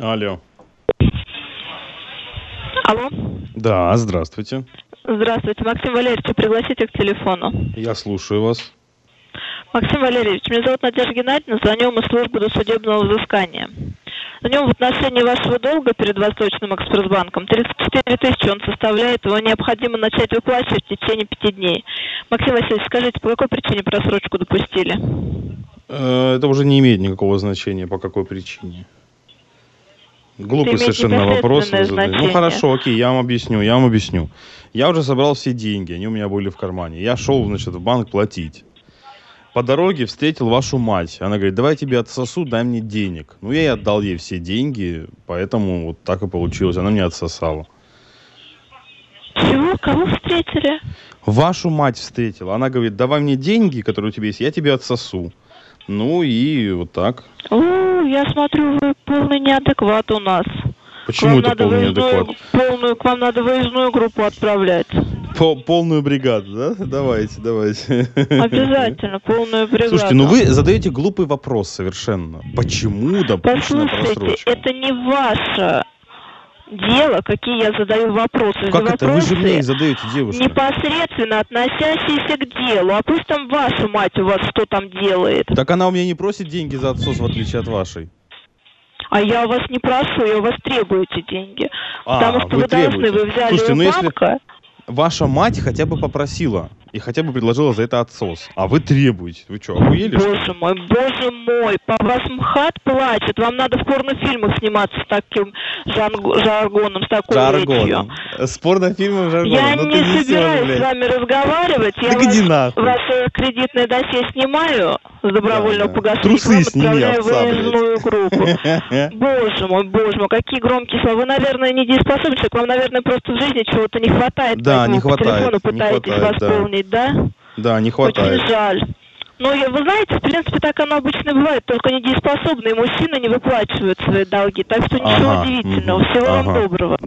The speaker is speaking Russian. Алло. Алло. Да, здравствуйте. Здравствуйте, Максим Валерьевич, пригласите к телефону. Я слушаю вас. Максим Валерьевич, меня зовут Надежда Геннадьевна, звоню мы службу досудебного взыскания. На нем в отношении вашего долга перед Восточным экспрессбанком 34 тысячи он составляет, его необходимо начать выплачивать в течение пяти дней. Максим Васильевич, скажите, по какой причине просрочку допустили? Э, Это уже не имеет никакого значения, по какой причине. Глупый имеет совершенно вопрос. вы непосредственное задали. Ну значение. хорошо, окей, я вам объясню, я вам объясню. Я уже собрал все деньги, они у меня были в кармане. Я шел, значит, в банк платить. По дороге встретил вашу мать. Она говорит, давай я тебе отсосу, дай мне денег. Ну, я и отдал ей все деньги, поэтому вот так и получилось. Она мне отсосала. Чего? Кого встретили? Вашу мать встретила. Она говорит, давай мне деньги, которые у тебя есть, я тебе отсосу. Ну и вот так. О, я смотрю, вы полный неадекват у нас. Почему к вам это надо полный выездную- неадекват? полную, к вам надо выездную группу отправлять. Пол- полную бригаду, да? Давайте, давайте. Обязательно, полную бригаду. Слушайте, ну вы задаете глупый вопрос совершенно. Почему допущена Послушайте, просрочка? это не ваше дело, какие я задаю вопросы. Как это? Вы Вопросы, же мне их задаете, девушка. непосредственно относящиеся к делу. А пусть там ваша мать у вас что там делает. Так она у меня не просит деньги за отсос, в отличие от вашей. А я у вас не прошу, я у вас требую эти деньги. А, Потому что вы вы, должны, требуете. вы взяли Слушайте, у ну если- банка. Ваша мать хотя бы попросила и хотя бы предложила за это отсос. А вы требуете. Вы что, охуели? что ли? Боже мой, боже мой, по вас МХАТ плачет, вам надо в порнофильмах сниматься с таким жанг- жаргоном, с такой речью. Жаргоном. С порнофильмом жаргоном. Я Ну ты не несешь, собираюсь блядь. с вами разговаривать. Я Так иди вас- нахуй. ваше кредитное досье снимаю с добровольного Да, да. погашения. Трусы к вам сними, отправляю овца, блядь. выездную группу. Боже мой, боже мой, какие громкие слова. Вы, наверное, не дееспособны, человек. вам, наверное, просто в жизни чего-то не хватает. Да, поэтому не по хватает, не телефону пытаетесь хватает, да. восполнить, да? Да, не хватает. Очень жаль. Ну, и вы знаете, в принципе, так оно обычно бывает, только недееспособные мужчины не выплачивают свои долги, так что ничего Ага, удивительного. мгм, Всего вам ага. доброго.